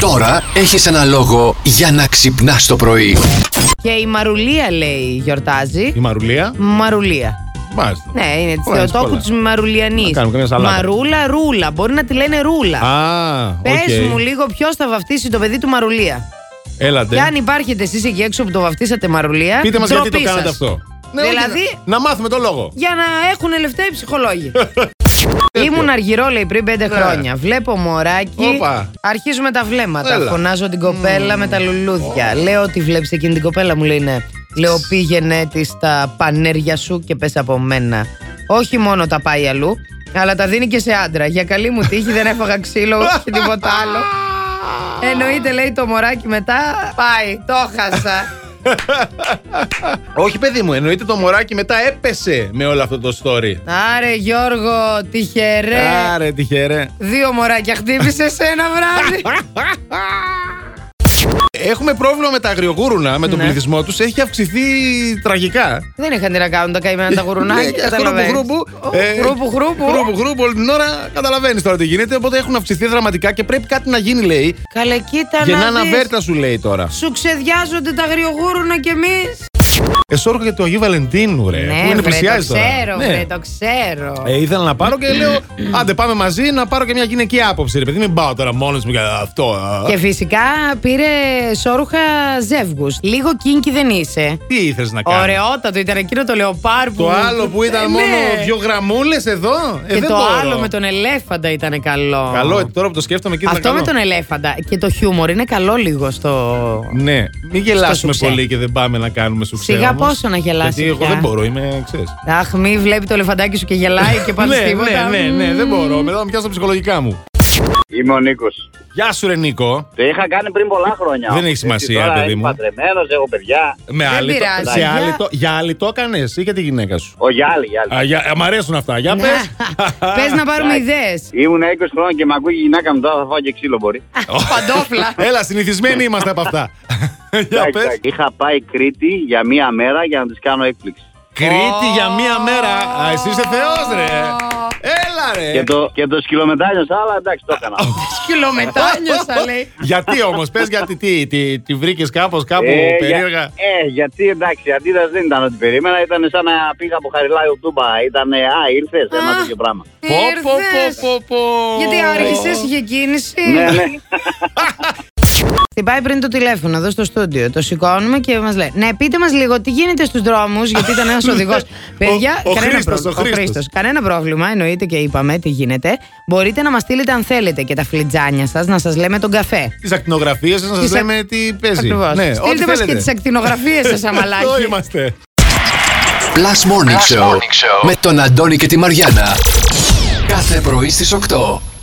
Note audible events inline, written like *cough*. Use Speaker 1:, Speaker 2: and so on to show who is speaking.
Speaker 1: Τώρα έχεις ένα λόγο για να ξυπνάς το πρωί.
Speaker 2: Και η Μαρουλία λέει γιορτάζει.
Speaker 3: Η μαρουλία.
Speaker 2: Μαρουλία.
Speaker 3: Μάλιστα.
Speaker 2: Ναι, είναι της
Speaker 3: Ωραία, είναι
Speaker 2: Θεοτόκου
Speaker 3: πολλά.
Speaker 2: τη Μαρουλιανής.
Speaker 3: Να κάνουμε καμιά σαλάτα.
Speaker 2: Μαρούλα, ρούλα. Μπορεί να τη λένε ρούλα.
Speaker 3: Α, οκ. Ναι.
Speaker 2: Πε μου λίγο ποιος θα βαφτίσει το παιδί του Μαρουλία.
Speaker 3: Έλατε.
Speaker 2: Και αν υπάρχετε εσείς εκεί έξω που το βαφτίσατε Μαρουλία.
Speaker 3: Πείτε μας γιατί το
Speaker 2: ντροπή
Speaker 3: κάνατε
Speaker 2: σας.
Speaker 3: αυτό. Ναι,
Speaker 2: Δηλαδή-
Speaker 3: όχι, να- Να μάθουμε το λόγο.
Speaker 2: Για να έχουν λεφτά οι
Speaker 3: *laughs*
Speaker 2: ψυχολόγοι. Ήμουν αργυρό, λέει, πριν πέντε χρόνια. Βλέπω μωράκι.
Speaker 3: Ναι. Όπα.
Speaker 2: Αρχίζουμε τα βλέμματα.
Speaker 3: Έλα.
Speaker 2: Φωνάζω την κοπέλα με τα λουλούδια. Λέω ότι βλέπεις εκείνη την κοπέλα, μου λέει ναι. Λέω πήγαινε της στα πανέρια σου και πες από μένα. Όχι μόνο τα πάει αλλού, αλλά τα δίνει και σε άντρα. Για καλή μου τύχη δεν έφαγα ξύλο και τίποτα άλλο. Εννοείται, λέει το μωράκι μετά. Πάει, το
Speaker 3: *laughs*
Speaker 2: χάσα.
Speaker 3: Όχι, παιδί μου, εννοείται το μωράκι μετά έπεσε με όλο αυτό το story.
Speaker 2: Άρε Γιώργο, τυχερέ.
Speaker 3: Άρε, τυχερέ.
Speaker 2: Δύο μωράκια χτύπησε σε ένα βράδυ.
Speaker 3: Έχουμε πρόβλημα με τα αγριογούρουνα, με τον
Speaker 2: Ναι.
Speaker 3: πληθυσμό τους. Έχει αυξηθεί τραγικά.
Speaker 2: *laughs* Δεν είχαν τι να κάνουν τα καημένα τα γουρουνάκια.
Speaker 3: Ναι, και
Speaker 2: καταλαβαίνεις.
Speaker 3: Χρούπου,
Speaker 2: Ω,
Speaker 3: χρούπου. ε,
Speaker 2: Χρούπου, χρούπου.
Speaker 3: Χρούπου, χρούπου, όλη την ώρα. Καταλαβαίνεις τώρα τι γίνεται. Οπότε έχουν αυξηθεί δραματικά και πρέπει κάτι να γίνει, λέει.
Speaker 2: Καλέ, κοίτα να
Speaker 3: Γεννά
Speaker 2: δεις.
Speaker 3: αναβέρτα σου, λέει τώρα.
Speaker 2: Σου ξεδιάζονται τα γριογούρουνα κι εμείς.
Speaker 3: Εσόργο για το Αγίου Βαλεντίνου, ρε. Ε, που είναι
Speaker 2: βρε,
Speaker 3: πλησιάζει
Speaker 2: Ναι, το
Speaker 3: τώρα.
Speaker 2: ξέρω,
Speaker 3: Ναι.
Speaker 2: βρε, το ξέρω.
Speaker 3: Ε, ήθελα να πάρω και *clears throat* λέω, άντε πάμε μαζί να πάρω και μια γυναική άποψη. Ρε παιδί, μην πάω τώρα μόνος μου για αυτό. α.
Speaker 2: Και φυσικά πήρε σόρουχα ζεύγους. Λίγο κίνκι δεν είσαι.
Speaker 3: Τι ήθελες να κάνεις.
Speaker 2: Ωραιότατο ήταν εκείνο το λεοπάρ που...
Speaker 3: Το άλλο που
Speaker 2: Ε,
Speaker 3: ήταν
Speaker 2: ναι.
Speaker 3: μόνο δύο γραμμούλες εδώ. Ε,
Speaker 2: Και
Speaker 3: δεν
Speaker 2: το
Speaker 3: μπορώ.
Speaker 2: άλλο με τον ελέφαντα ήταν καλό.
Speaker 3: Καλό, ε, τώρα που το σκέφτομαι και ήταν
Speaker 2: Αυτό με
Speaker 3: καλό.
Speaker 2: τον ελέφαντα και το χιούμορ είναι καλό λίγο στο.
Speaker 3: Ναι, μην γελάσουμε
Speaker 2: σουξέ.
Speaker 3: πολύ και δεν πάμε να κάνουμε σου
Speaker 2: Σιγά πόσο να γελάσει
Speaker 3: Γιατί εγώ
Speaker 2: πια.
Speaker 3: δεν μπορώ, είμαι, ξέρεις.
Speaker 2: Αχ, μη βλέπει το ελεφαντάκι σου και γελάει
Speaker 3: *laughs*
Speaker 2: και
Speaker 3: ναι,
Speaker 2: πάλι
Speaker 3: ναι,
Speaker 2: τίποτα.
Speaker 3: ναι, ναι, δεν μπορώ. Μετά θα μου πιάσω τα ψυχολογικά μου.
Speaker 4: Είμαι ο Νίκος.
Speaker 3: Γεια σου, ρε Νίκο.
Speaker 4: Το είχα κάνει πριν πολλά
Speaker 3: Δεν
Speaker 4: χρόνια. όμως,
Speaker 3: έχει
Speaker 4: έτσι,
Speaker 3: σημασία,
Speaker 4: τώρα
Speaker 3: παιδί
Speaker 4: είμαι
Speaker 3: μου.
Speaker 4: παντρεμένος, έχω παιδιά.
Speaker 3: Με
Speaker 2: Δεν
Speaker 3: άλλη το-
Speaker 2: πειράζει.
Speaker 3: σε
Speaker 2: Για-
Speaker 3: άλλη το- Για άλλη το έκανες ή για τη γυναίκα σου.
Speaker 4: Όχι, άλλη, άλλη.
Speaker 3: Α, για- α, Μ' αρέσουν αυτά.
Speaker 2: Ναι.
Speaker 3: Για πες.
Speaker 2: *laughs* Πες να πάρουμε ιδέες.
Speaker 4: Ήμουν 20 χρόνια και με ακούει η γυναίκα μου τώρα θα φάω και ξύλο μπορεί.
Speaker 3: *laughs*
Speaker 2: Παντόφλα.
Speaker 3: Έλα, συνηθισμένοι είμαστε από αυτά. *laughs* Για
Speaker 4: Εντάξει,
Speaker 3: πε.
Speaker 4: εντάξει. Είχα πάει Κρήτη για μία μέρα για να τη κάνω έκπληξη.
Speaker 3: Κρήτη για μία μέρα. Α, εσύ είσαι θεός, ρε. Έλα, ρε.
Speaker 4: Και το, και το σκυλομετάνιωσα, αλλά εντάξει το έκανα.
Speaker 2: Σκυλομετάνιωσα λέει.
Speaker 3: Γιατί όμως, πες γιατί τι, τη, τη βρήκες κάπως κάπου
Speaker 4: Ε,
Speaker 3: περίεργα.
Speaker 4: για- ε, γιατί εντάξει, η αντίδραση δεν ήταν ότι περίμενα, ήταν σαν να πήγα από χαριλάιο τούμπα. Ήταν, α, ήρθες, ένα τέτοιο
Speaker 3: *laughs*
Speaker 4: πράγμα.
Speaker 3: Πω, πω,
Speaker 2: Ήρθες.
Speaker 3: πω, πω, πω.
Speaker 2: Γιατί άργησε, είχε κίνηση.
Speaker 4: ναι, ναι.
Speaker 2: Χτυπάει πριν το τηλέφωνο εδώ στο στούντιο. Το σηκώνουμε και μας λέει: Ναι, πείτε μας λίγο τι γίνεται στους δρόμους, γιατί ήταν
Speaker 3: *laughs*
Speaker 2: ένας οδηγός. Παιδιά,
Speaker 3: Ναι. ο
Speaker 2: κανένα
Speaker 3: Χρήστος,
Speaker 2: πρόβλημα.
Speaker 3: ο Χρήστος.
Speaker 2: Χρήστος. Κανένα πρόβλημα, εννοείται και είπαμε τι γίνεται. Μπορείτε να μας στείλετε αν θέλετε και τα φλιτζάνια σας, να σας λέμε τον καφέ.
Speaker 3: Τις ακτινογραφίες σας,
Speaker 2: Τις
Speaker 3: να σας
Speaker 2: ακ-
Speaker 3: λέμε τι παίζει.
Speaker 2: Ακριβώς.
Speaker 3: Ναι, ό,τι
Speaker 2: Στείλτε μας και
Speaker 3: θέλετε.
Speaker 2: τις ακτινογραφίες σας, αμαλάκι.
Speaker 3: *laughs* Εδώ είμαστε.
Speaker 1: Plus Morning, Show, με τον Αντώνη και τη Μαριάνα. Κάθε πρωί στις 8.